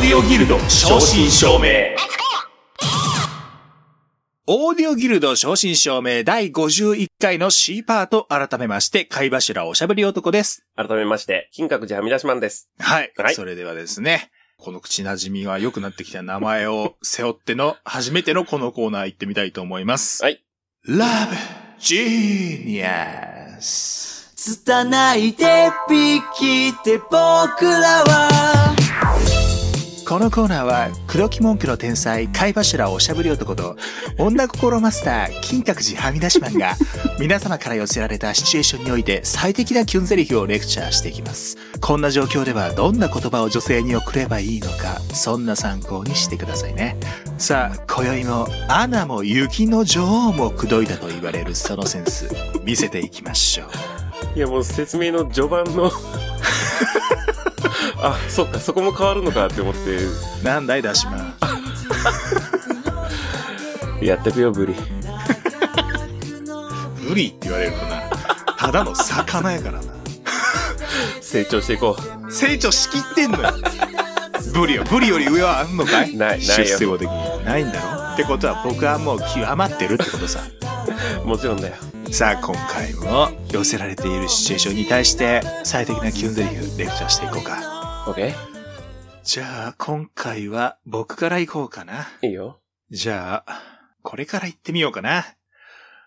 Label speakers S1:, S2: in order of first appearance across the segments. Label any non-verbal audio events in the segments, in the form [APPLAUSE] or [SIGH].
S1: ディオギルド正真正銘
S2: オーディオギルド正真正銘第51回の C パート改めまして、貝柱おしゃべり男です。
S3: 改めまして、金閣寺はみ出しマンです。
S2: はい。
S3: はい
S2: それではですね、この口馴染みが良くなってきた名前を背負っての初めてのこのコーナー行ってみたいと思います。
S3: はい。
S2: ラブジーニアス。
S4: つたないでピきて僕らは
S2: このコーナーは、黒木文句の天才、貝柱おしゃぶり男と、女心マスター、金閣寺はみ出しマン [LAUGHS] が、皆様から寄せられたシチュエーションにおいて最適なキュンゼリフをレクチャーしていきます。こんな状況ではどんな言葉を女性に送ればいいのか、そんな参考にしてくださいね。さあ、今宵も、アナも雪の女王も口説いたと言われるそのセンス、見せていきましょう。
S3: いや、もう説明の序盤 [LAUGHS] の。あ、そっか、そこも変わるのかって思っ
S2: なんだい、ダシマン。
S3: て、やってくよ、ブリ。
S2: ブリって言われるとな、ただの魚やからな。
S3: 成長していこう。
S2: 成長しきってんのよ。ブリよ、ブリより上はあんのかい
S3: ないない
S2: 出
S3: よ
S2: 世語的に。ないんだろってことは僕はもう極まってるってことさ。
S3: もちろんだよ。
S2: さあ、今回も寄せられているシチュエーションに対して最適なキュンゼリフレクチャーしていこうか。
S3: オッケ
S2: じゃあ、今回は僕から行こうかな。
S3: ーいいよ。
S2: じゃあ、これから行ってみようかな。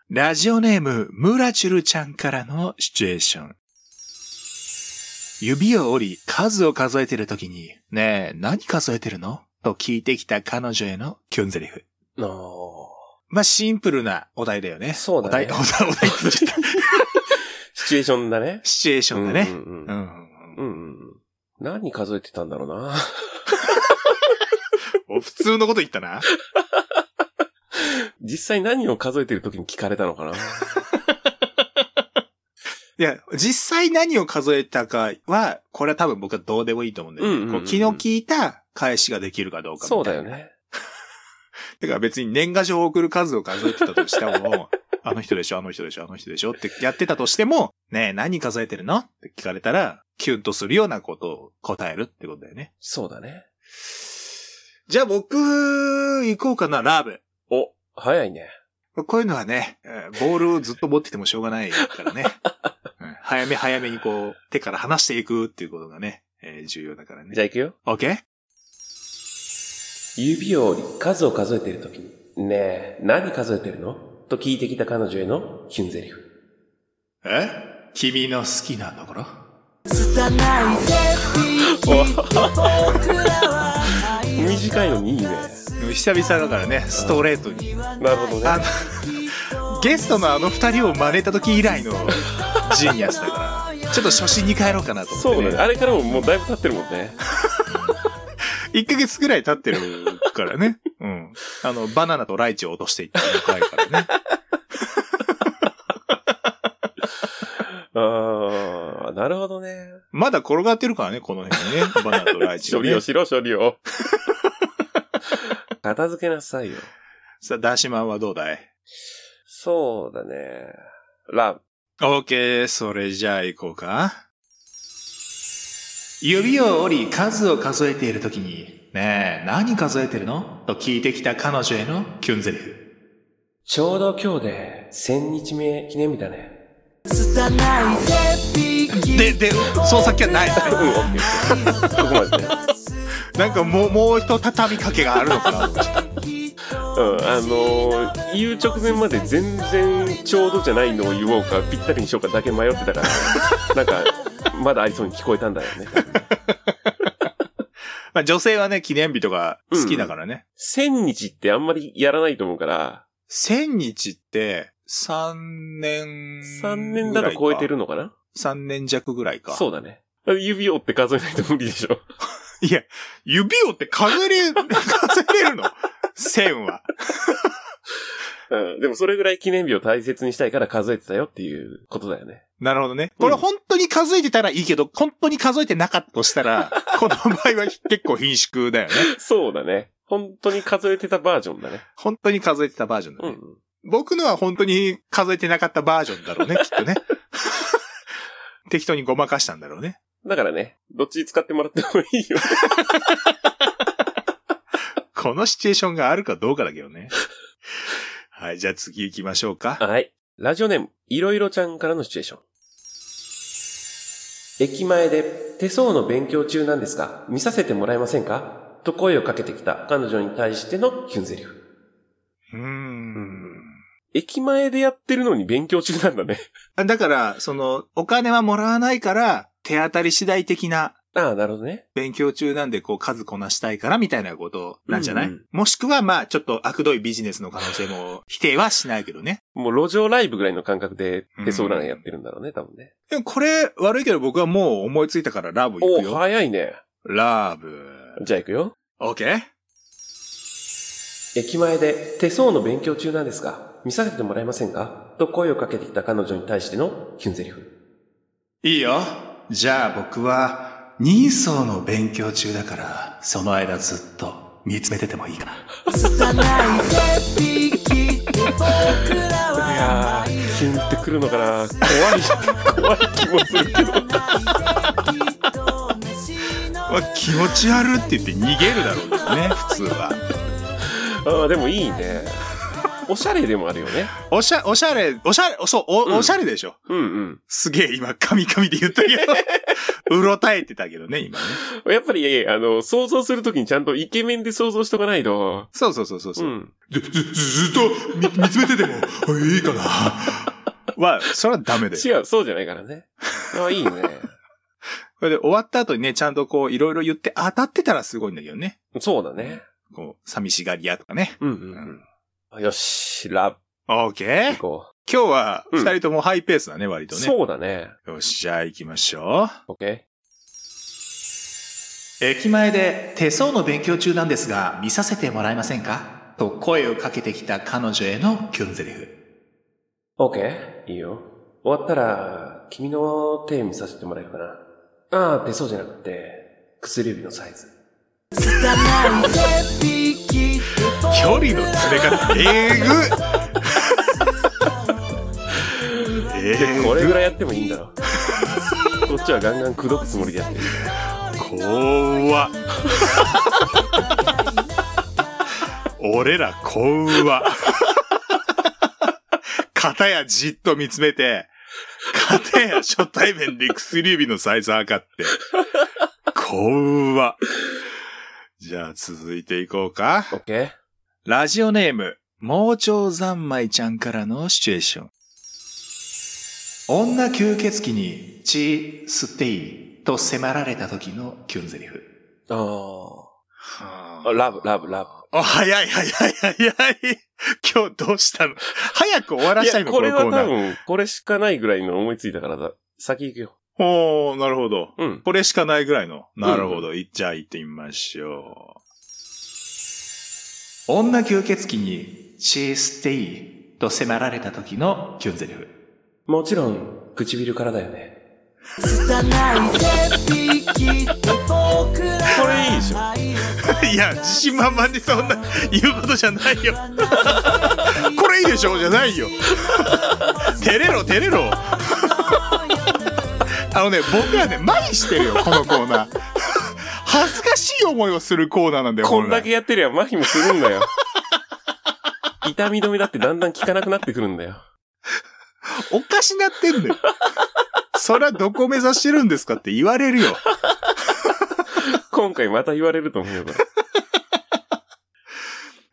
S2: ラジオネーム、ムラチュルちゃんからのシチュエーション。指を折り、数を数えてるときに、ねえ、何数えてるのと聞いてきた彼女へのキュンゼリフ。
S3: の
S2: まあ、シンプルなお題だよね。
S3: そうだ
S2: お題、
S3: ね
S2: お題、お題って言っ
S3: [LAUGHS]
S2: ちゃった
S3: シチュエーションだね。
S2: シチュエーションだね。
S3: うんうん
S2: うんんう
S3: う。
S2: んう
S3: うんんうん。何数えてたんだろうな。 [LAUGHS]
S2: お普通のこと言ったな。
S3: 実際何を数えてる時に聞かれたのかな。
S2: いや、実際何を数えたかは、これは多分僕はどうでもいいと思うんだよ
S3: うんうん
S2: ね。
S3: うん
S2: こう気の利いた返しができるかどうかみたい
S3: [LAUGHS] そ
S2: な。
S3: うだよね。
S2: だから別に年賀状を送る数を数えてたとして
S3: [LAUGHS]
S2: も、あの人でしょ、あの人でしょ、あの人でしょってやってたとしても、ねえ、何数えてるのって聞かれたら、キュンとするようなことを答えるってことだよね。
S3: そうだね。
S2: じゃあ僕、行こうかな、ラブ。
S3: お、早いね。
S2: こういうのはね、えーボールをずっと持っててもしょうがないから
S3: [LAUGHS]
S2: ね。うん早め早めにこう、手から離していくっていうことがね、えー重要だからね。
S3: じゃあ行くよ。
S2: オッケー
S3: 指を折り数を数えてるときに、ねえ、何数えてるのと聞いてきた彼女へのキュンゼリフ。
S2: え君の好きなところ
S4: つたないでピきて僕らは
S3: [LAUGHS] 短いのにいいね。
S2: 久々だからね、ストレートに。
S3: なるほど
S2: あ
S3: ね。
S2: の、ゲストのあの二人を真似た時以来のジーニアスだから、ちょっと初心に帰ろうかなと思って、
S3: そうだね。あれからももうだいぶ経ってるもんね。
S2: 1ヶ月くらい経ってるからね。うん。あの、バナナとライチを落としていった回からね。
S3: あー、なるほどね。
S2: まだ転がってるからね、この辺にね。バナナとライチ
S3: 処
S2: が、
S3: 理
S2: ね
S3: を。しろ、処理を。 [LAUGHS] 片付けなさいよ。
S2: さあ、ダーシマンはどうだい
S3: そうだね。ラブ。
S2: オーケー、それじゃあ行こうか。指を折り数を数えているときに、ねえ、何数えてるのと聞いてきた彼女へのキュンゼリフ。
S3: ちょうど今日で、1000日目記念日だ [LAUGHS] ね。
S4: つたないでピき
S2: で、で、そうさっきはない。
S3: うん、オッケー。そこまでね。
S2: [LAUGHS] なんかもう、もう一畳みかけがあるのかな。
S3: うん、あのー、言う直前まで全然ちょうどじゃないのを言おうか、ぴったりにしようかだけ迷ってた [LAUGHS] から、なんか、まだありそうに聞こえたんだよね。
S2: [LAUGHS] まあ女性はね、記念日とか好きだからね。
S3: 千日ってあんまりやらないと思うから、
S2: 千日って、三年。
S3: 3年だと超えて。るのかな
S2: 三年弱ぐらいか。
S3: そうだね。指折って数えないと無理でしょ。
S2: う。いや、指をって数え
S3: [LAUGHS]
S2: れ、数えれるの千は。
S3: うん、でもそれぐらい記念日を大切にしたいから数えてたよっていうことだよね。
S2: なるほどね。これ本当に数えてたらいいけど、本当に数えてなかったとした
S3: [LAUGHS]
S2: ら、この場合は結構貧縮だよね。
S3: そうだね。本当に数えてたバージョンだね。
S2: 本当に数えてたバージョンだ
S3: う
S2: ね。
S3: ん。
S2: 僕のは本当に数えてなかったバージョンだろう
S3: [LAUGHS]
S2: ね、きっとね。適当にごまかしたんだろうね。
S3: だからね、どっち使ってもらってもいいよ。
S5: このシチュエーションがあるかどうかだけどね。はい、じゃあ次行きましょうか。
S3: はい。ラジオネーム、いろいろちゃんからのシチュエーション。駅前で手相の勉強中なんですが、見させてもらえませんかと声をかけてきた彼女に対してのキュンゼリフ。
S5: うーん。
S3: 駅前でやってるのに勉強中なんだね。
S5: あだから、その、お金はもらわないから、手当たり次第的な
S3: ああ、なるほどね。
S5: 勉強中なんで、こう、数こなしたいから、みたいなことなんじゃない、
S3: うんうん
S5: もしくは、まあ、ちょっと悪どいビジネスの可能性も否定はしないけどね。
S3: もう路上ライブぐらいの感覚で手相占いやってるんだろうね、多分ね。
S5: でもこれ、悪いけど僕はもう思いついたからラブ行
S3: お
S5: く
S3: ー
S5: よ。
S3: 早いね。
S5: ラブ。
S3: じゃあ行くよ。
S5: オッケー
S3: 駅前で手相の勉強中なんですが、見させてもらえませんかと声をかけてきた彼女に対してのキュンゼリフ。
S5: いいよ。じゃあ僕は、人相の勉強中だから、その間ずっと見つめててもいいかな。
S2: 拙い絶壁で僕ら
S3: いや
S2: は
S3: ー、キュンってくるのかな怖い、怖い気もするけど。
S5: まあ、気持ち悪って言って逃げるだろうね、 [LAUGHS] 普通は。
S3: ああ、でもいいね。おしゃれでもあるよね。
S5: おしゃ、おしゃれ、おしゃれ、そう、お、
S3: うん
S5: おしゃれでしょ。
S3: うん
S5: すげえ今、カミカミで言ったけ
S3: [LAUGHS]
S5: ど、うろたえてたけどね、今ね。
S3: うん。やっぱり、ええあの、想像するときにちゃんとイケメンで想像しとかないと。
S5: そうそうそうそう
S3: う
S5: そう、
S3: ん。
S5: ず、ず、ずっと見見つめてても、 [LAUGHS] いいかな。は、それはダメだよ。
S3: 違う、そうじゃないからね。ああ、いいね。
S5: これで終わった後にね、ちゃんとこう、いろいろ言って当たってたらすごいんだけどね。
S3: そうだね。
S5: こう、寂しがり屋とかね。
S3: うんうんうん。よし、ラ
S5: オーケ
S3: ブ
S5: ー
S3: 行こ
S5: 今日は、
S3: うん
S5: 二人ともハイペースだね、割
S3: う。
S5: とね。
S3: そうだね。
S5: よし、じゃあ行きましょう。
S3: オッケ
S5: 駅前で手相の勉強中なんですが見させてもらえませんかと声をかけてきた彼女へのキュンゼリフ。
S3: ー。オッケー。いいよ。終わったら、君の手見させてもらえるかな。ああ、手相じゃなくて、薬指のサイズ。
S5: 距離の詰め方、え [LAUGHS] ぐえ
S3: これぐらいやってもいいんだ [LAUGHS] ろ。こっちはガンガン口説くつもりでやってる。
S5: 怖っ俺ら怖っ片やじっと見つめて、片や初対面で薬指のサイズ測って。怖っじゃあ続いていこうか
S3: オ。ッケー。
S5: ラジオネーム、盲腸三昧ちゃんからのシチュエーション。女吸血鬼に血吸っていいと迫られた時のキュンゼリフ。
S3: ああ。
S5: あ
S3: ラブ、ラブ、ラ
S5: 早い早い早い早い。今日どうしたの早く終わ
S3: ブ。
S5: らしたいの
S3: これは
S5: このコ
S3: 多
S5: ーナー。
S3: 分、これしかないぐらいの思いついたからだ。先行くよ。
S5: おー、なるほど。
S3: うん。
S5: これしかないぐらいの。なるほど。いじゃあ行ってみましょう。女吸血鬼に血吸っていいと迫られた時のキュンゼリフ。
S3: もちろん、唇からだよね。これいいでしょ。
S5: いや、自信満々にそんな言うことじゃないよ。 [LAUGHS] これいいでしょうじゃない [LAUGHS] よ。照れろ、照れろ。あのね、僕らね、麻痺してるよ、このコーナー。恥ずかしい思いをするコーナーなんだよ、
S3: こんだけ
S5: 本
S3: やってりゃ麻痺もするん
S5: [LAUGHS]
S3: だよ。痛み止めだってだんだん効かなくなってくるんだよ。
S5: 来おかしなってんだよ。そりゃどこ目指してるんですかって言われるよ。
S3: 今回また言われると思うよ、これ。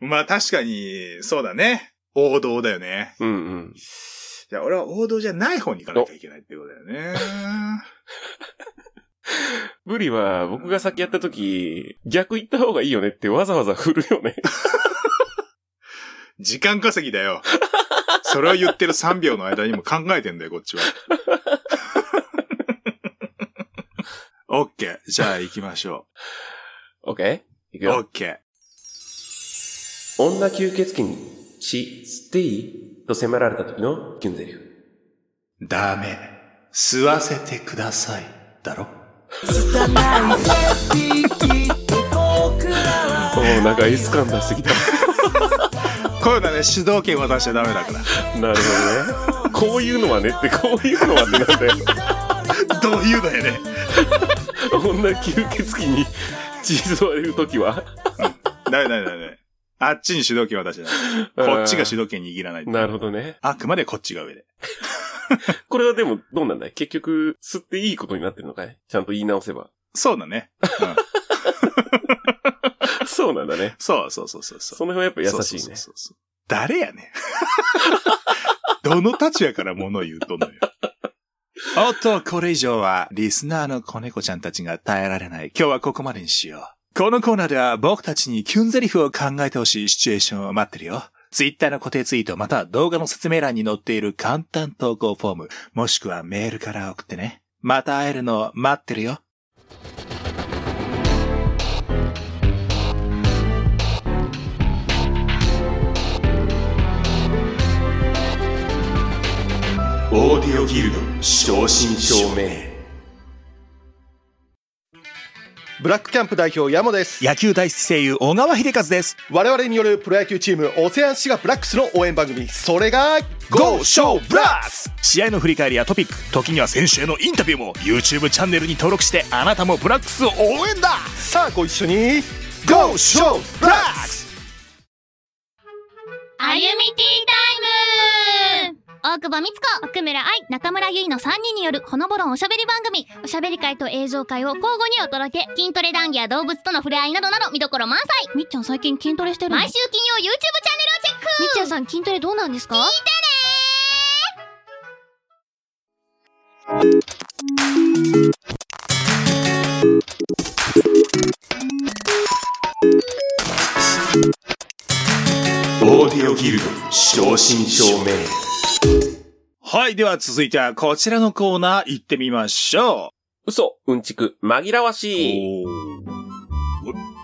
S5: まあ確かに、そうだね。王道だよね。
S3: うんうん。
S5: じゃあ俺は王道じゃない方に行かなきゃいけないってことだよね。
S3: ブリは、僕が先やった時、逆行った方がいいよねってわざわざ振るよね。
S5: 時間稼ぎだよ。それを言ってる3秒の間にも考えてんだよ、こっちは。 [LAUGHS] オッケー。じゃあ行きましょ。
S3: オッケーいうく
S5: オッ
S3: よ。
S5: ケ
S3: 女吸血鬼に血吸っていいと迫られた時のキュンゼリフ。
S5: ー。ダメ。吸わせてください。だろ
S3: おおなんか S 感出してきた。 [LAUGHS]
S5: こういうのはね、主導権渡しちゃダメだか
S3: なるほどね。こういうのはねって、こういうのはねなんだよ。
S5: ら。どういうのよね。
S3: [LAUGHS] 女吸血鬼に血吸われる時は。
S5: ダメダメダメダメ。あっちに主導権渡しちゃダメこっちが主導権握らないと。
S3: なるほどね。
S5: あくまでこっちが上で。
S3: これはでも、どうなんだい結局、吸っていいことになってるのかいちゃんと言い直せば。
S5: そうだね。うん、
S3: [LAUGHS] そうなんだね。
S5: そうそうそうそうそう。
S3: その辺はやっぱ優しい
S5: そう
S3: ね。
S5: そうそうそう誰やねん。
S3: [LAUGHS]
S5: どの立場から物を言うとんのよ。おっと、これ以上は、リスナーの子猫ちゃんたちが耐えられない。今日はここまでにしよう。このコーナーでは僕たちにキュンゼリフを考えてほしいシチュエーションを待ってるよ。ツイッターの固定ツイートまたは動画の説明欄に載っている簡単投稿フォーム、もしくはメールから送ってね。また会えるのを待ってるよ。
S2: オーディオギルド正真正銘
S6: ブラックキャンプ代表山です
S5: 野球大好き声優、小川秀和です。
S6: 我々によるプロ野球チームオセアンシガブラックスの応援番組それが
S5: Go
S6: GO!
S5: Show Blast! 試合の振り返りやトピック時には選手へのインタビューも YouTube チャンネルに登録してあなたもブラックスを応援だ
S6: さあご一緒に
S5: Go Show
S6: [LAUGHS]
S5: Blast!
S7: あゆみティータイム大久保美津子、奥村愛、中村ゆいの3人によるほのぼろんおしゃべり番組おしゃべり会と映像会を交互にお届け筋トレ談義や動物との触れ合いなどなど見どころ満載みっちゃん最近筋トレしてる毎週金曜 YouTube チャンネルをチェックみっちゃんさん筋トレどうなんですか聞いてね
S2: オーディオギルド正真正銘
S5: はい、では続いてはこちらのコーナー行ってみましょ
S3: 嘘、うんちく、紛らわ
S5: う
S3: しい。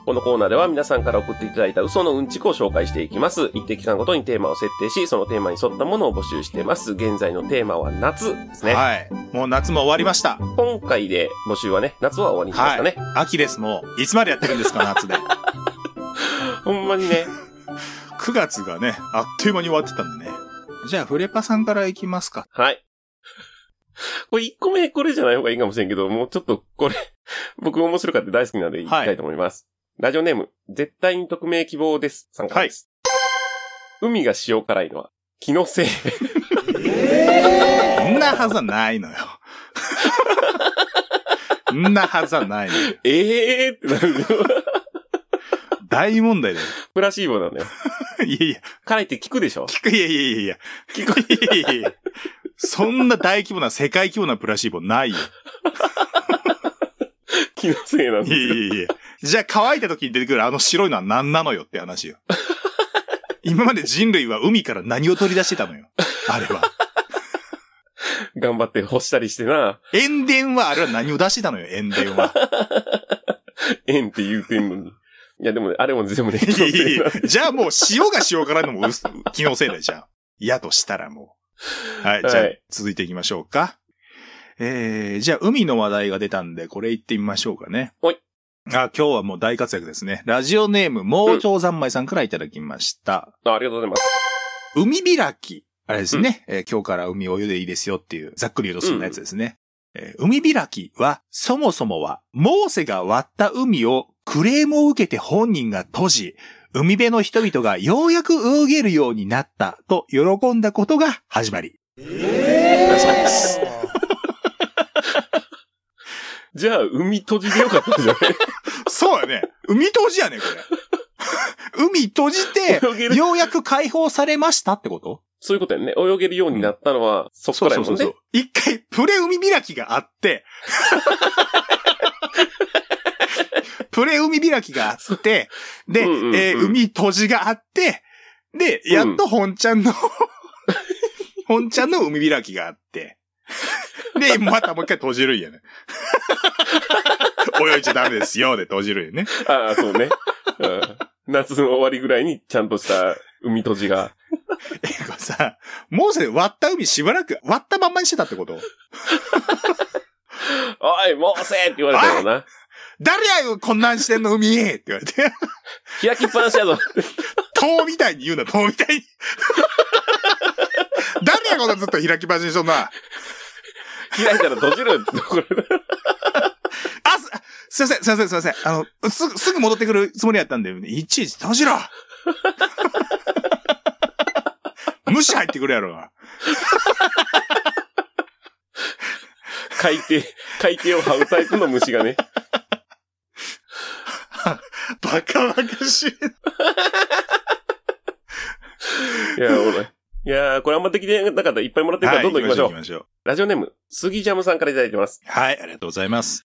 S3: このコーナーでは皆さんから送っていただいた嘘のうんちくを紹介していきます。一定期間ごとにテーマを設定し、そのテーマに沿ったものを募集しています。現在のテーマは夏ですね。
S5: はい。もう夏も終わりました。
S3: 今回で募集はね、夏は終わりにしまし
S5: は
S3: た
S5: い。
S3: ね。
S5: 秋です、もう。いつまでやってるんですか、夏で。
S3: ほんまにね。
S5: 9月がね、あっという間に終わってたんでね。じゃあ、フレパさんから行きますか。
S3: はい。これ1個目これじゃない方がいいかもしれんけど、もうちょっとこれ、 [LAUGHS] 僕面白かって大好きなんで行きたいと思います。ラジオネーム、絶対に匿名希望です。参加です。海が塩辛いのは気のせい。
S5: そんなはずはないのよ。そんなはずはないのよ。
S3: ええーってなるよ。
S5: 大問題だよ。
S3: プラシーボなんだよ。
S5: いやいや、
S3: 辛いって聞くでしょ
S5: 聞く、いやいやいやいや、聞く、いやいやいや。そんな大規模な、世界規模なプラシーボないよ。
S3: 気のせいなん
S5: いや
S3: です
S5: い
S3: よ。
S5: やいや。じゃあ乾いた時に出てくるあの白いのは何なのよって話よ。今まで人類は海から何を取り出してたのよ。あれ [LAUGHS] は。
S3: 頑張って干したりしてな。
S5: 塩田はあれは何を出してたのよ、塩田は。
S3: えんって言うてんのに。いや、でもね、あれも全部ね、気
S5: い
S3: の
S5: やいや
S3: せ
S5: い
S3: いな
S5: や。じゃあもう塩が塩辛いのもうす気のせいだじゃん。嫌としたらもう。はい、じゃあ
S3: はい
S5: 続いていきましょうか。えー、じゃあ海の話題が出たんで、これ行ってみましょうかね。
S3: ほい。
S5: あ、今日はもう大活躍ですね。ラジオネーム、盲腸三昧さんからいただきました。
S3: あありがとうございます。
S5: 海開き。あれですね、えー今日から海お湯でいいですよっていう、ざっくり言うとそんなやつですね。えー海開きは、そもそもは、モーセが割った海をクレームを受けて本人が閉じ、海辺の人々がようやく泳げるようになったと喜んだことが始まり。だそうです。
S3: じゃあ、海閉じでよかったんじゃ
S5: そうやね。海閉じやね、これ。海閉じて、
S3: ない泳げる。
S5: ようやく解放されましたってこと
S3: そういうことやね。泳げるようになったのは、そこからやもんね。。
S5: 一回、プレ海開きがあ
S3: [LAUGHS]
S5: って、プレ海開きがあって、で、
S3: うんうんうん
S5: えー海閉じがあって、で、やっと本ちゃ
S3: [LAUGHS]
S5: んの、本ちゃんの海開きがあって、で、またもう一回閉じるん
S3: [LAUGHS]
S5: やね。泳いじゃダメですよ、で閉じるんやね。
S3: ああ、そうね。うん夏の終わりぐらいに、ちゃんとした海閉じが。
S5: え、これさ、モーセ割った海しばらく割ったまんまにしてたってこと
S3: おい、もうせーって言われたよな。
S5: 誰やよ、こんなんしてんの海って言われて。
S3: 開きっぱなしやぞ。
S5: 塔みたいに言うな、塔み
S3: [LAUGHS]
S5: たいに。誰やこのずっと開きっぱなしにしとんな。
S3: 開いたら閉じるってところだ。
S5: あす、すいません、すいません、すいません。あの、すぐ、すぐ戻ってくるつもりやったんで、いちいち閉じろ
S3: [LAUGHS]
S5: 無視入ってくるやろが。
S3: 海底、海底を這うタイプの虫がね。
S5: バカバカしい。
S3: いや、おもろい。いやー、これあんまできてなかったらいっぱいもらってるからどんどん行きましょう。
S5: 行きましょう。
S3: ラジオネーム、杉ジャムさんからいただいてます。
S5: はい、ありがとうございます。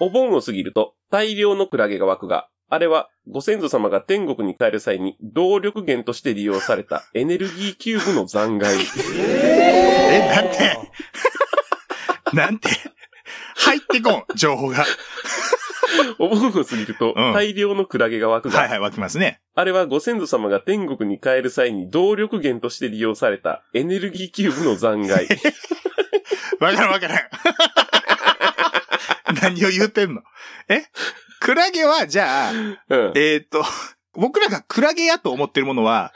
S3: お盆を過ぎると大量のクラゲが湧くが、あれはご先祖様が天国に帰る際に動力源として利用さ
S5: [LAUGHS]
S3: れたエネルギーキューブの残骸。
S5: え、なん
S3: [LAUGHS]
S5: てなんて入ってこん、情報が。
S3: お盆を過ぎると
S5: うん
S3: 大量のクラゲが湧くが、
S5: はいはい、湧きますね。
S3: あれはご先祖様が天国に帰る際に動力源として利用されたエネルギーキューブの残骸。
S5: [LAUGHS] わからん
S3: [LAUGHS]
S5: わからん。何を言ってんのえクラゲは、じゃあ、
S3: うん。 [LAUGHS]
S5: えーっと、僕らがクラゲやと思ってるものは、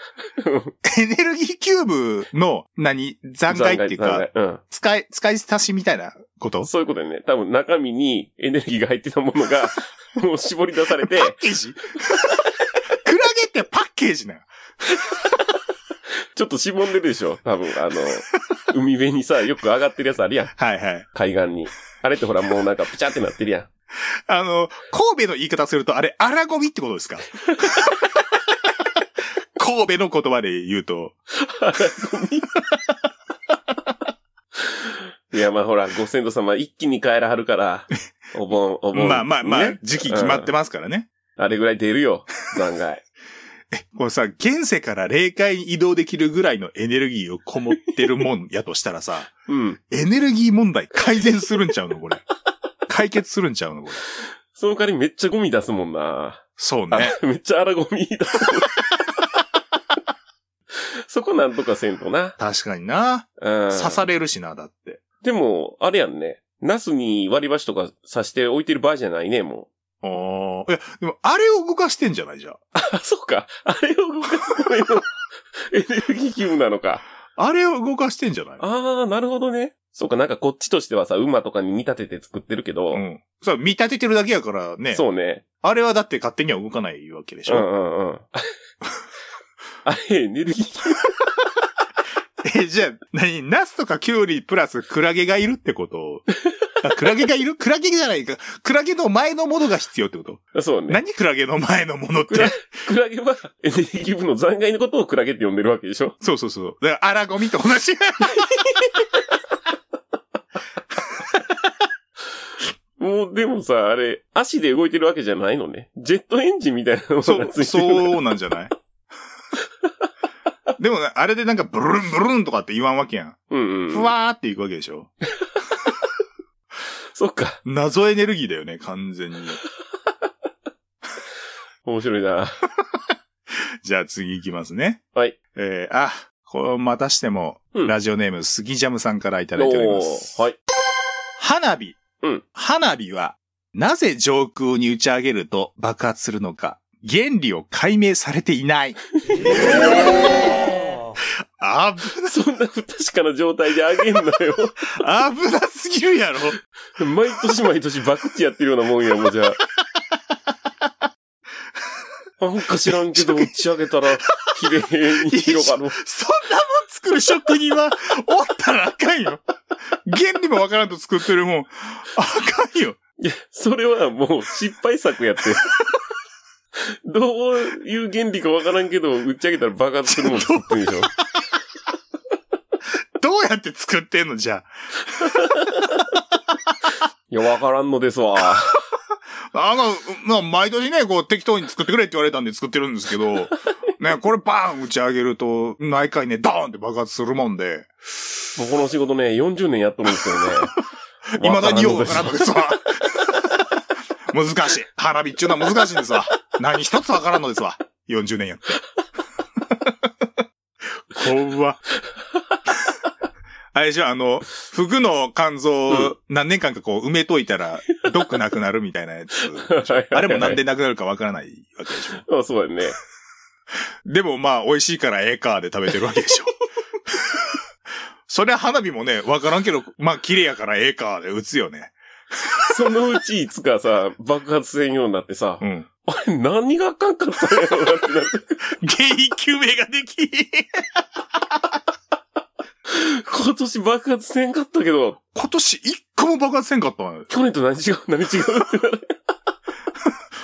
S5: エネルギーキューブの、何、残骸っていうか、
S3: 残骸
S5: 使い、使い足しみたいなこ
S3: う
S5: と
S3: ん。そういうことよね。多分中身にエネルギーが入ってたもの
S5: [LAUGHS]
S3: が、もう絞り出されて
S5: パ、ッケージクラゲってパッケージなの
S3: ちょっとしぼんでるでしょ多分、あの、海辺にさ、よく上がってるやつあるやん。
S5: はいはい。
S3: 海岸に。あれってほら、もうなんか、ピチャってなってるやん。
S5: あの、神戸の言い方すると、あれ、荒ゴミってことです
S3: [LAUGHS]
S5: か神戸の言葉で言うと、
S3: いや、まあほら、ご先祖様一気に帰らはるから、お盆、お盆。
S5: まあまあまあ
S3: ね、
S5: 時期決まってますからね。
S3: あれぐらい出るよ、残骸。
S5: これさ、現世から霊界に移動できるぐらいのエネルギーをこもってるもんやとしたら
S3: [LAUGHS]
S5: さ、
S3: うん。
S5: エネルギー問題改善するんちゃうのこれ。解決するんちゃうのこれ。
S3: その代わりめっちゃゴミ出すもんな。
S5: そう
S3: あ
S5: ね。
S3: めっちゃ荒ゴミ出す。そこなんとかせんとな。
S5: 確かにな。
S3: うん。
S5: 刺されるしな、だって。
S3: でも、あれやんね。ナスに割り箸とか刺して置いてる場合じゃないね、も
S5: おーいや、でも、あれを動かしてんじゃないじゃん。
S3: う。 [LAUGHS] あ、そうか。あれを動かすた
S5: [LAUGHS]
S3: めのエネルギーキューブなのか。
S5: あれを動かしてんじゃない
S3: ああ、なるほどね。そうか、なんかこっちとしてはさ、馬とかに見立てて作ってるけど、
S5: うん。そう、見立ててるだけやからね。
S3: そうね。
S5: あれはだって勝手には動かないわけでし
S3: うん
S5: ょ。
S3: うん
S5: [LAUGHS]
S3: うん。あれ、エネルギー。
S5: え、じゃあ、何ナスとかキュウリプラスクラゲがいるってことあクラゲがいるクラゲじゃないか。クラゲの前のものが必要ってこと
S3: そうね。
S5: 何クラゲの前のものっ
S3: クラ
S5: て。
S3: クラゲはエネルギー部の残骸のことをクラゲって呼んでるわけでしょ
S5: そうそうそう。だから、荒ゴミと同じ。
S3: もう、でもさ、あれ、足で動いてるわけじゃないのね。ジェットエンジンみたいなものが
S5: そう、
S3: ついてる。
S5: そうなんじゃないでもね、あれでなんかブルンブルンとかって言わんわけやん。
S3: うんう
S5: ふ
S3: ん。
S5: わーっていくわけでしょ
S3: そっか。
S5: 謎エネルギーだよね、完全に。
S3: 面白いな。
S5: じゃあ次行きますね。
S3: はい。
S5: えー、あ、これまたしても、
S3: うん
S5: ラジオネーム、スギジャムさんからいただいておりま
S3: お
S5: す。
S3: ーはい。
S5: 花火。
S3: うん
S5: 花火は、なぜ上空に打ち上げると爆発するのか、原理を解明されていない。あ
S3: そんな不確かな状態であげんなよ。
S5: ぶ、危なすぎるやろ。
S3: [LAUGHS] 毎年毎年バクチやってるようなもんや、もうじゃ [LAUGHS] あ。なんか知らんけど、打ち上げたら、綺麗に広
S5: そ
S3: がる。
S5: んなもん作る職人は、おったらあかんよ。原理もわからんと作ってるもん、あかんよ。
S3: いや、それはもう失敗作やって。どういう原理かわからんけど、打ち上げたら爆発するもん作ってるでしょ。
S5: どうやって作ってんのじゃ
S3: [LAUGHS] いや、わからんのですわ。
S5: あ。あの、まあ、毎年ね、こう、適当に作ってくれって言われたんで作ってるんですけど、ね、これバーン打ち上げると、内海ね、ドーンって爆発するもんで、
S3: 僕の仕事ね、40年やっとるんですけどね。 [LAUGHS]
S5: 未だにようわ
S3: わ
S5: か
S3: からら
S5: んの
S3: んの
S5: で
S3: です
S5: わ。難しい。花火っちゅうのは難しいんですわ。何一つわからんのですわ。40年やって。怖あれじゃあの、服の肝臓を何年間かこう埋めといたら、毒なくなるみたいなやつ。
S3: [LAUGHS]
S5: あれもなんでなくなるかわからないわけでしょ。
S3: あそうだよね。
S5: でもまあ、美味しいからええかで食べてるわけでしょ。 [LAUGHS] そりゃ花火もね、わからんけど、まあ、綺麗やからええかで打つよね。
S3: そのうちいつかさ、爆発せんようになってさ、 [LAUGHS]
S2: うん。
S3: あれ何があかんかったんやろなってなって、
S2: 原因究明ができ。
S3: 今年爆発せんかったけど、
S5: 今年一個も爆発せんかったのよ
S3: 去年と何違う何違うってなる。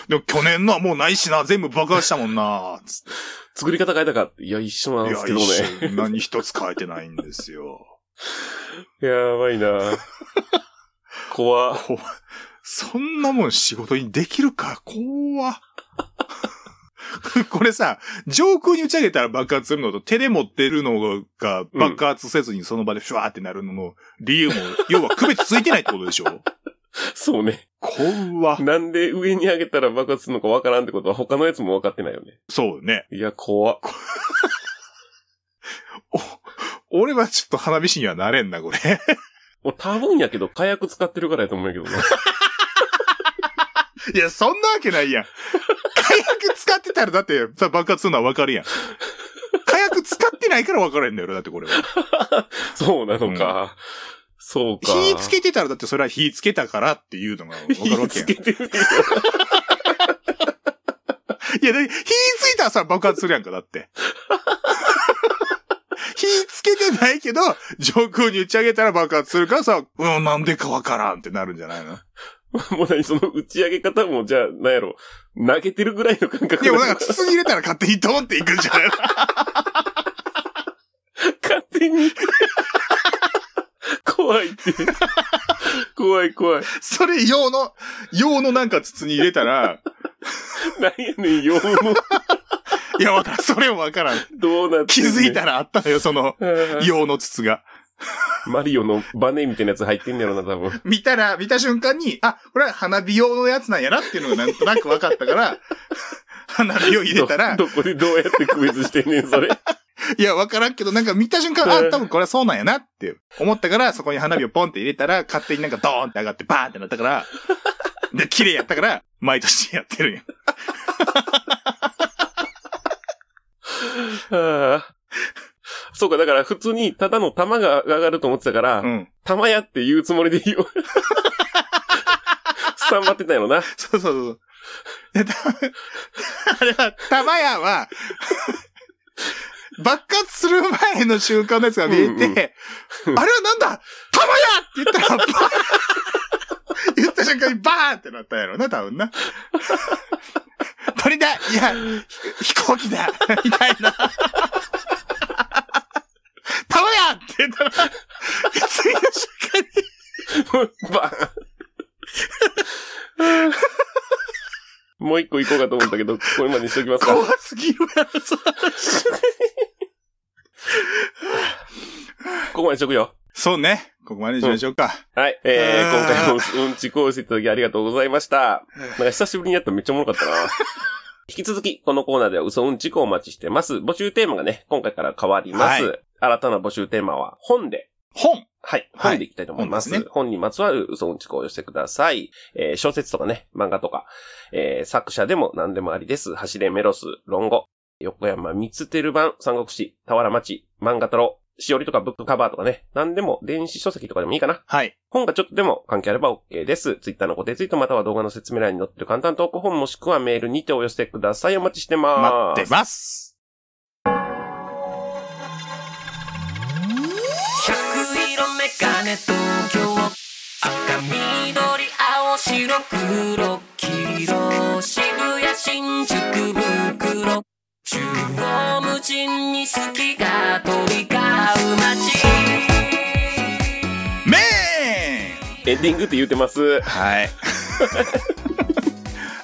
S5: でも去年のはもうないしな、全部爆発したもんな、つっ
S3: 作り方変えたかっていや、一緒なん
S5: て。いや
S3: です、けどね。
S5: 一緒何一つ変えてないんですよ。
S3: やばいな怖
S5: こうそんなもん仕事にできるか、怖 [LAUGHS] っこれさ、上空に打ち上げたら爆発するのと手で持ってるのが爆発せずにその場でシュワーってなるのの理由も、要は区別ついてないってことでしょ
S3: そうね。
S5: 怖っ
S3: なんで上に上げたら爆発するのかわからんってことは他のやつも分かってないよね。
S5: そうね。
S3: いや、怖
S5: お俺はちょっと花火師にはなれんな、これ。
S3: もう多分やけど、火薬使ってるからやと思うんやけどな。
S5: いや、そんなわけないやん。火薬使ってたら、だって、さ、爆発するのはわかるやん。火薬使ってないからわかるんだよ、だってこれは。
S3: そうなのか。そうか。
S5: 火つけてたら、だってそれは火つけたからっていうのがわかるわけ
S3: 火つ
S5: やん。
S3: けてるよ。
S5: いや、だって火ついたらさ、爆発するやんか、だって。火つけてないけど、上空に打ち上げたら爆発するからさ、うん、なんでかわからんってなるんじゃないの
S3: [LAUGHS] もう何その打ち上げ方も、じゃあ、なんやろ。投げてるぐらいの感覚
S5: いや、もうなんか筒に入れたら勝手にドンっていくんじゃないの
S3: [LAUGHS] 勝手に。怖いって。怖い怖い。
S5: それ用の、用のなんか筒に入れたら、
S3: 何やねん、よも
S5: いや、わからん、それもわからん。
S3: どうなって
S5: 気
S3: んねん
S5: づいたらあったのよ、その、
S3: あー
S5: 用の筒が。
S3: マリオのバネみたいなやつ入ってんねやろな、多分。
S5: 見たら、見た瞬間に、あ、これは花火用のやつなんやなっていうのがなんとなく分かったから、 [LAUGHS] 花火を入れたら、
S3: どどこでどうやって区別してんね
S5: [LAUGHS]
S3: ん、それ。
S5: いや、分からんけど、なんか見た瞬間、
S3: う
S5: あ、
S3: ん
S5: 多分これはそうなんやなって思ったから、そこに花火をポンって入れたら、勝手になんかドーンって上がってバーンってなったから、で、綺麗やったから、毎年やってるんや。
S3: ああそうか、だから普通にただの玉が上がると思ってたから、
S5: うん。
S3: 玉やって言う [LAUGHS] つもり
S5: [LAUGHS]
S3: でいいよ。スタンバってたよな。
S5: そうそうそう。で、た、あれは、玉屋
S3: [LAUGHS]
S5: は、爆発する前の瞬間のやつが見えて、
S3: うんうん
S5: あれはなんだ玉屋って言ったら、バーン言った瞬間にバーンってなったんやろな、多分な。鳥だいや、ひ飛行機だみたいな。玉屋って言
S3: [LAUGHS]
S5: ったら、次の瞬間に
S3: バーン。もう一個行こうかと思ったけど、これまでにしときますか。
S5: 怖すぎるやろ、その話。
S3: ここまでしとくよ。
S5: そうね。ここまでにしましょうか。
S3: はい。えー、
S5: あー
S3: 今回もうんちこうしていただきありがとうございました。なんか久しぶりにやったらめっちゃおもろかった
S5: [LAUGHS]
S3: な。引き続き、このコーナーでは嘘うんちくをお待ちしてます。募集テーマがね、今回から変わります。
S5: は
S3: 新たな募集テーマは、本で
S5: 本
S3: はい。
S5: はい
S3: 本でいきたいと思います。
S5: 本です
S3: 本にまつわる嘘うんちくをお寄せください。えー小説とかね、漫画とか、えー作者でも何でもありです。走れメロス、論語、横山三つてる版、三国志、俵町、漫画太郎、しおりとかブックカバーとかね、何でも電子書籍とかでもいいかな。
S5: はい。
S3: 本がちょっとでも関係あれば OK です。ツイッターのご定ツイートまたは動画の説明欄に載ってる簡単投稿本もしくはメールにてお寄せください。お待ちしてま
S5: 待っ
S3: す。
S5: てます。
S4: 百色メガネ東京赤緑青白黒黄色渋谷新宿袋中央無尽に好きが飛び交う街
S5: メーン
S3: エンディングって言う
S5: [LAUGHS]
S3: てます。
S5: はい。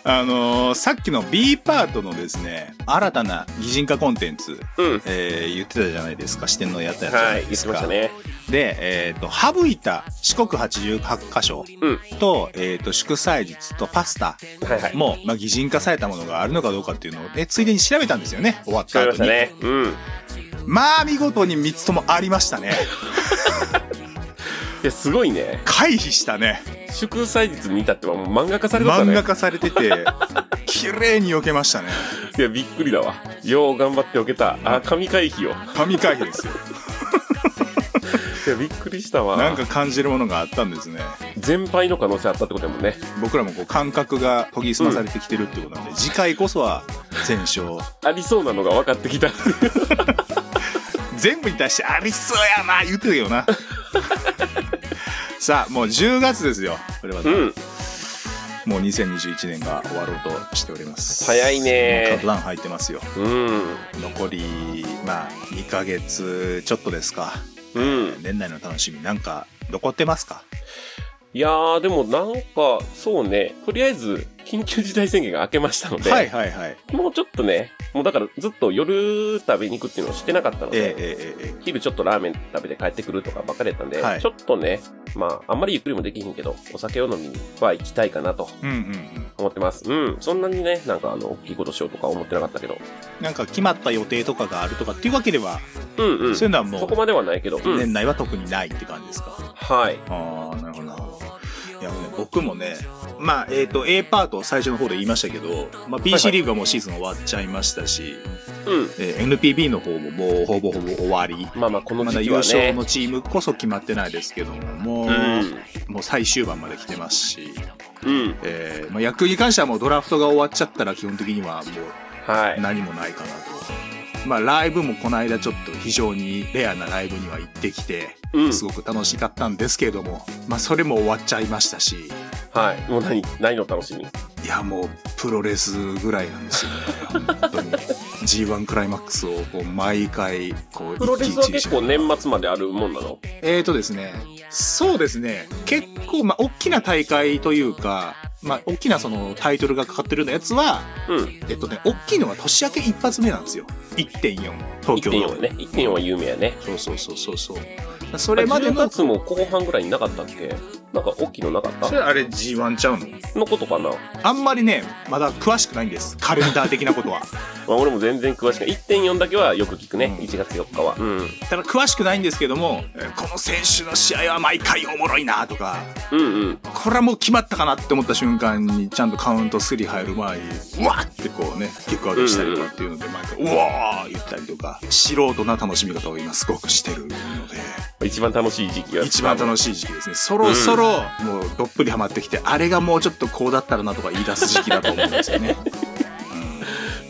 S5: あのーさっきの B パートのですね、新たな擬人化コンテンツ、
S3: うん。
S5: えー言ってたじゃないですか、視点のやったやつじゃ
S3: は
S5: ない
S3: い。言
S5: で
S3: っ
S5: す
S3: て
S5: か。
S3: ましたね。
S5: で、えっ、と、省いた四国88箇所
S3: うん
S5: と、えっ、と、祝祭日とパスタ
S3: はいはい。
S5: も、まあ、擬人化されたものがあるのかどうかっていうのを、えついでに調べたんですよね、終わっ
S3: 調
S5: た後
S3: べま
S5: に。
S3: したね。うん。
S5: まあ、見事に3つともありました
S3: [LAUGHS]
S5: ね。
S3: いや、すごいね。
S5: 回避したね。
S3: 祝祭日に至ってはもう漫画化されてたね。
S5: 漫画化されてて綺麗に避けましたね
S3: いや、びっくりだわ。よう頑張っておけた。あ、神回避よ。
S5: 神回避ですよ
S3: いや、びっくりしたわ。
S5: なんか感じるものがあったんですね。
S3: 全敗の可能性あったってことやもんね。
S5: 僕らもこう感覚が研ぎ澄まされてきてるってことなんで、次回こそは全勝。
S3: ありそうなのが分かってきた。
S5: 全部に対してありそうやな言ってたけど
S3: [LAUGHS]
S5: な。さあ、もう10月ですよ。これはね、
S3: うん。
S5: もう2021年が終わろうとしております。
S3: 早い
S5: も
S3: ね
S5: うカウントダウン入ってますよ。
S3: うん。
S5: 残り、まあ、2ヶ月ちょっとですか。
S3: うん。
S5: 年内の楽しみなんか残ってますか
S3: いやー、でもなんか、そうね、とりあえず、緊急事態宣言が明けましたので、
S5: はいはいはい。
S3: もうちょっとね、もうだからずっと夜食べに行くっていうのを知ってなかったの
S5: ええ
S3: で、
S5: えええ
S3: 昼ちょっとラーメン食べて帰ってくるとかばっかりやったんで、
S5: はい
S3: ちょっとね、まあ、あんまりゆっくりもできひんけど、お酒を飲みには行きたいかなと
S5: えうんうんうん。
S3: 思ってます。うん。そんなにね、なんかあの、大きいことしようとか思ってなかったけど、
S5: なんか決まった予定とかがあるとかっていうわけでは、
S3: うんうん。
S5: そういう
S3: そ
S5: のはも
S3: こ
S5: う、
S3: まではないけど、うん
S5: 年内は特にないって感じですか。
S3: はい。
S5: ああ、なるほどなるほど。いやもうね、僕もね、まあ、えっ、と、A パート最初の方で言いましたけど、まあ、
S3: はいは
S5: BC
S3: い
S5: リーグはもうシーズン終わっちゃいましたし、
S3: うん。
S5: えー NPB の方ももうほぼほぼ終わり。
S3: まあまあ、この
S5: まだ
S3: 時期
S5: 優
S3: は
S5: 勝
S3: ね。
S5: のチームこそ決まってないですけども、もう、もう最終盤まで来てますし、
S3: うん。うん。
S5: えーまあ、野球に関してはもうドラフトが終わっちゃったら基本的にはも
S3: は
S5: う
S3: い。
S5: 何もないかなと。まあ、ライブもこの間ちょっと非常にレアなライブには行ってきて、
S3: うん。
S5: すごく楽しかったんですけれども、まあ、それも終わっちゃいましたし、
S3: はい。もう何、何の楽しみ
S5: いや、もうプロレスぐらいなんですよね。本当に。G1 クライマックスをこう毎回、こう、
S3: プロレスは
S5: 一喜一憂し
S3: 結
S5: な
S3: 構
S5: がら
S3: 年末まであるもんなの
S5: えーとですね、そうですね、結構、まあ、大きな大会というか、まあ、大きなそのタイトルがかかってるようなやつは、
S3: うん。
S5: えっとね、大きいのは年明け一発目なんですよ。1.4、東京ドー
S3: 1.4
S5: ム。
S3: ね。1.4は有名やね。
S5: そうそうそうそうそう。そ
S3: こ
S5: れまで
S3: 10
S5: の、
S3: 月も後半ぐらいになかったっけなんか大きいのなかった
S5: それあれ G1 ちゃうの
S3: のことかな、ま
S5: あんまりね、まだ詳しくないんです。カレンダー的なことは。
S3: あ、俺も全然詳しくない。1.4だけはよく聞くね。
S5: うん
S3: 1月4日は。うん。
S5: ただ詳しくないんですけども、えーこの選手の試合は毎回おもろいなとか、
S3: うんうん。
S5: これはもう決まったかなって思った瞬間にちゃんとカウント3入る前にうわっってこうね結構上げしたりとかっていうので毎回うわー言ったりとか素人な楽しみ方を今すごくしてるので
S3: 一番楽しい時期が。
S5: 一番楽しい時期ですねそろそろもうどっぷりハマってきてあれがもうちょっとこうだったらなとか言い出す時期だと思うんですよね。うん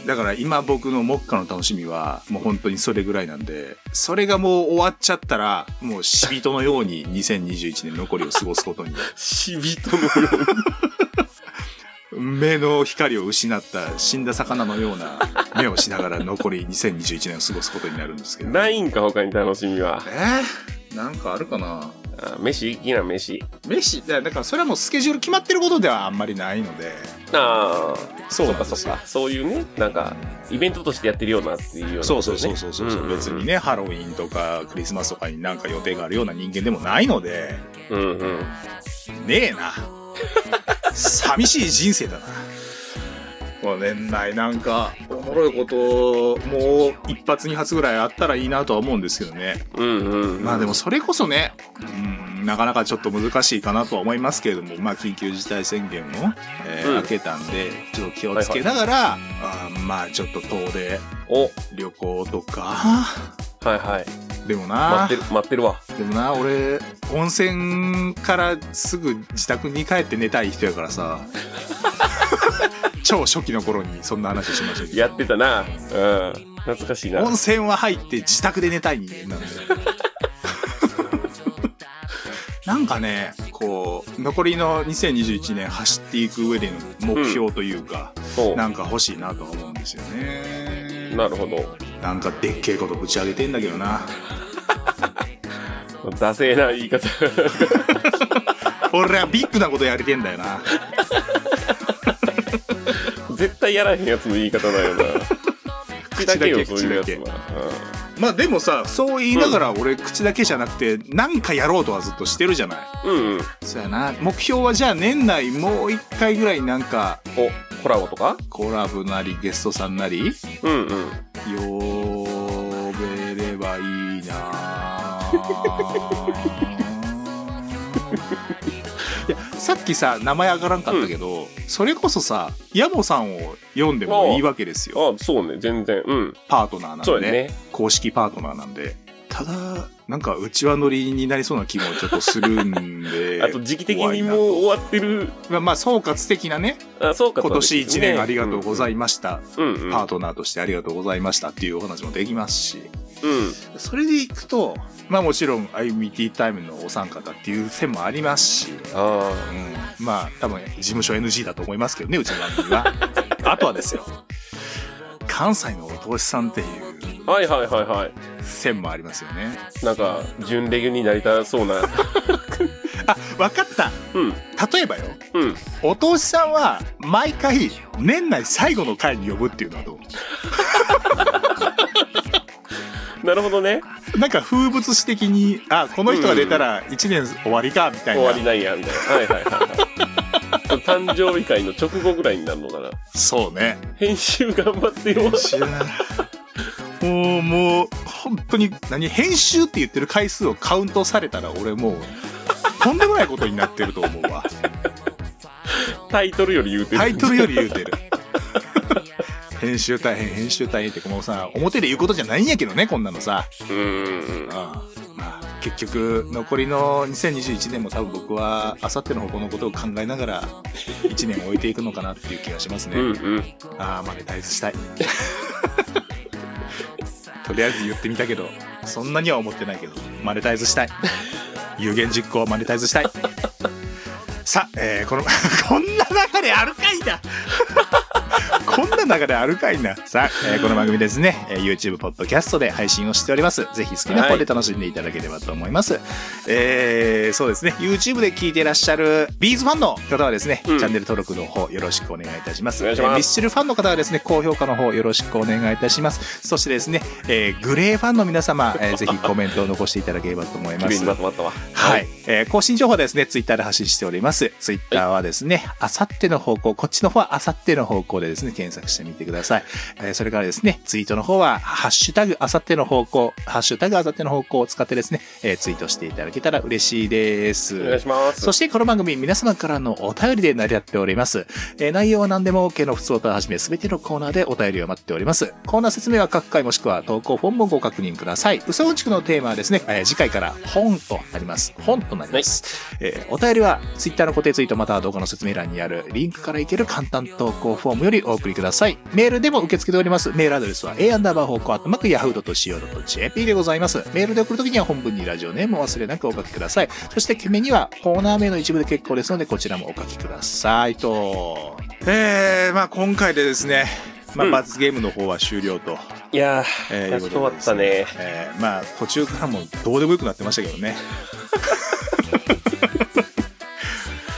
S5: だから今僕の目下の楽しみはもう本当にそれぐらいなんでそれがもう終わっちゃったらもう死人のように2021年残りを過ごす [LAUGHS] ことに
S3: しびとのように。
S5: 目の光を失った死んだ魚のような目をしながら残り2021年を過ごすことになるんですけど。
S3: ないんか他に楽しみは。
S5: [LAUGHS] えー、なんかあるかな
S3: あ飯行きな、飯。
S5: 飯だだからそれはもうスケジュール決まってることではあんまりないので
S3: ああ。
S5: そう
S3: そ
S5: な
S3: っ
S5: ん
S3: か
S5: です
S3: そ
S5: よ
S3: っか。そういうね、なんか、イベントとしてやってるようなっていうような、
S5: そうそうそうそうそう、
S3: んんん
S5: 別に。ねハロウィンとかクリスマスとかになんか予定があるような人間でもないので
S3: うんうん。
S5: ねえ [LAUGHS] な寂しい人生だなもう年内なんかおもろいこともう一発二発ぐらいあったらいいなとは思うんですけどね
S3: うんうん。
S5: まあでもそれこそね、うん、なかなかちょっと難しいかなとは思いますけれども、まあ緊急事態宣言も、えー
S3: うん
S5: 明けたんで、ちょっと気をつけながら、あーまあちょっと遠出、
S3: お、
S5: 旅行とか、
S3: はいはい。
S5: でも
S3: 待
S5: な
S3: って、る、待ってるわ。
S5: でもな、俺、温泉からすぐ自宅に帰って寝たい人やから
S3: [LAUGHS]
S5: さ、超初期の頃にそんな話しましたけ
S3: やってたな。うん。懐かしいな
S5: ど、。温泉は入って自宅で寝たい人間なん
S3: [LAUGHS]
S5: で。なんかね、こう、残りの2021年走っていく上での目標というか、
S3: そう。
S5: なんか欲しいなとは思うんですよね。
S3: なるほど。
S5: なんかでっけえことぶち上げてんだけどな。
S3: 惰性な言い方。
S5: 俺はビッグなことやりてんだよな。
S3: 絶対やらへんやつの言い方
S5: [LAUGHS]
S3: だよな。口だけよ、そういうやつ
S5: 口
S3: は。
S5: まあでもさ、そう言いながら俺口だけじゃなくて、なんかやろうとはずっとしてるじゃない。
S3: うんうんうん。
S5: そうやな。目標はじゃあ年内もう一回ぐらいなんか、
S3: お、コラボとか
S5: コラボなりゲストさんなり、
S3: うんうん。
S5: 呼べればいいな [LAUGHS] ぁいやさっきさ名前上がらんかったけど、それこそさヤモさんを読んでもいいわけですよ
S3: あ、そうね、全然。うん。
S5: パートナーなんで
S3: そうやね。
S5: 公式パートナーなんでただ、なんか、うちわ乗りになりそうな気もちょっとするんで。
S3: [LAUGHS] あと時期的にもう
S5: 怖い
S3: 終わってる。
S5: なまあ、まあ、総括的なね、
S3: あ、そうか。
S5: 今年一年ありがとうござ
S3: い
S5: いました、
S3: ます。うんうん。
S5: パートナーとしてありがとうございましたっていうお話もできますし、
S3: うん。
S5: それでいくと、まあもちろん IMT タイムのお三方っていう線もありますし、
S3: あ
S5: うん、まあ多分事務所 NG だと思いますけどねうちの番組はあとはですよ関西のお通しさんっていう
S3: あ。はいはいはいはい。
S5: 線もありますよね
S3: なんか、準レギュになりたそ
S5: [LAUGHS]
S3: うな。
S5: あわかった
S3: うん。
S5: 例えばよ
S3: うん。
S5: お通しさんは毎回年内最後の回に呼ぶっていうのはどう
S3: なるほどね。
S5: なんか風物詩的にあこの人が出たら1年終わりかみたい
S3: 終わり
S5: な
S3: なんや、みたいな。はいはいはいはい。誕生日会の直後ぐらいになるのかな。
S5: そうね
S3: 編集頑張ってよ。
S5: 知らないもうもう本当に何編集って言ってる回数をカウントされたら俺もうとんでもないことになってると思う
S3: [LAUGHS]
S5: わ
S3: タイトルより言うてる。
S5: タイトルより言うてる編集大変編集大変ってもうさ表で言うことじゃないんやけどねこんなのさ、
S3: うーん
S5: うん。まあ、結局残りの2021年も多分僕はあさっての方向のことを考えな
S3: [LAUGHS]
S5: がら1年を終えていくのかなっていう気がしますね、
S3: うんうん。
S5: ああマネタイズしたい [LAUGHS] とりあえず言ってみたけどそんなには思ってないけどマネタイズしたい有言実行はマネタイズしたい [LAUGHS] さあ、えーこの [LAUGHS] こんな流れあるかいな [LAUGHS] こんな流れあるかいなさあ、えーこの番組ですね、えー YouTube、ポッドキャストで配信をしております。ぜひ好きな方で楽しんでいただければと思います。えーそうですね、YouTube で聞いていらっしゃるビーズファンの方はですね、
S3: うん
S5: チャンネル登録の方よろしくお願いいたします。
S3: お願いします
S5: えーミスチルファンの方はですね、高評価の方よろしくお願いいたします。そしてですね、えーグレーファンの皆様、えーぜひコメントを残していただければと思い
S3: 綺
S5: ま
S3: 麗
S5: す
S3: に。まとまったわ。
S5: はい。えー更新情報はですね、ツイッターで発信しております。ツイッターはですね、あさっての方向、こっちの方はあさっての方向でですね、検索してみてください。えーそれからですね、ツイートの方は、ハッシュタグあさっての方向、ハッシュタグあさっての方向を使ってですね、えーツイートしていただけたら嬉しいです。
S3: お願いします。
S5: そしてこの番組皆様からのお便りで成り立っております。えー内容は何でも OK の普通音をはじめ全てのコーナーでお便りを待っております。コーナー説明は各回もしくは投稿フォームをご確認ください。うさうんちくのテーマはですね、えー次回から本となります。本となります。えーお便りは Twitter の固定ツイートまたは動画の説明欄にあるリンクからいける簡単投稿フォームよりお送りください。メールでも受け付けております。メールアドレスは a アンダーバー方向アットマーク yahoo.co.jp でございます。メールで送るときには本文にラジオネームを忘れなくお書きください。そして、決めにはコーナー名の一部で結構ですので、こちらもお書きくださいと。えー、まあ今回でですね、まあ、
S3: うん
S5: 罰ゲームの方は終了と。
S3: いや
S5: え
S3: ー、
S5: ー
S3: や
S5: い
S3: っ
S5: うこと
S3: 終わ
S5: と
S3: っ
S5: で
S3: たね。
S5: えーまあ途中からもどうでもよくなってましたけ [LAUGHS] どね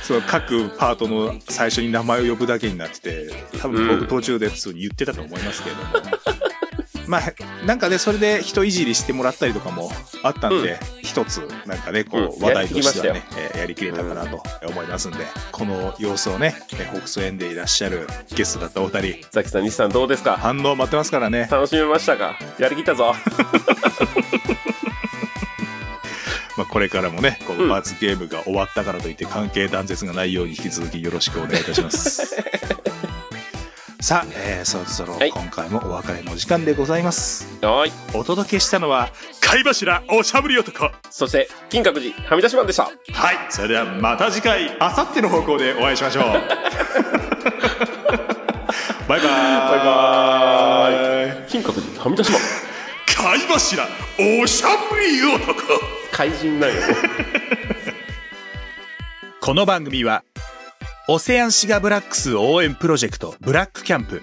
S5: その各パートの最初に名前を呼ぶだけになってて多分
S3: うん
S5: 僕途中で普通に言ってたと思いますけれども、まあなんかねそれで人いじりしてもらったりとかもあったんで、一つなんかねこ
S3: う
S5: うん話題としては
S3: やり
S5: ね、えーやりきれたかなと思いますんで、この様子をねえー北総園でいらっしゃるゲストだったお二人
S3: ザキさん、西さんどうですか
S5: 反応待ってますからね
S3: 楽しめましたかやりきったぞ。
S5: まあ、これからもね、こ
S3: う
S5: の
S3: ん
S5: 罰ゲームが終わったからといって関係断絶がないように引き続きよろしくお願いいたし [LAUGHS] ます。さあ、えーそろそろ
S3: はい
S5: 今回もお別れの時間でございます。
S3: [LAUGHS] はーい。
S5: お届けしたのは、貝柱おしゃぶり男。は
S3: そして、金閣寺、はみ出しマンでした。
S5: い、それではまた次回、あさっての方向でお会いしまし [LAUGHS] ょう。バイバーイ。バイバーイ。
S3: 金閣寺、はみ出しマン。
S5: 貝柱おしゃぶり男。
S3: 怪人なんよ。
S2: この番組は、オセアンシガブラックス応援プロジェクトブラックキャンプ、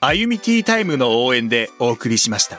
S2: 歩みティータイムの応援でお送りしました。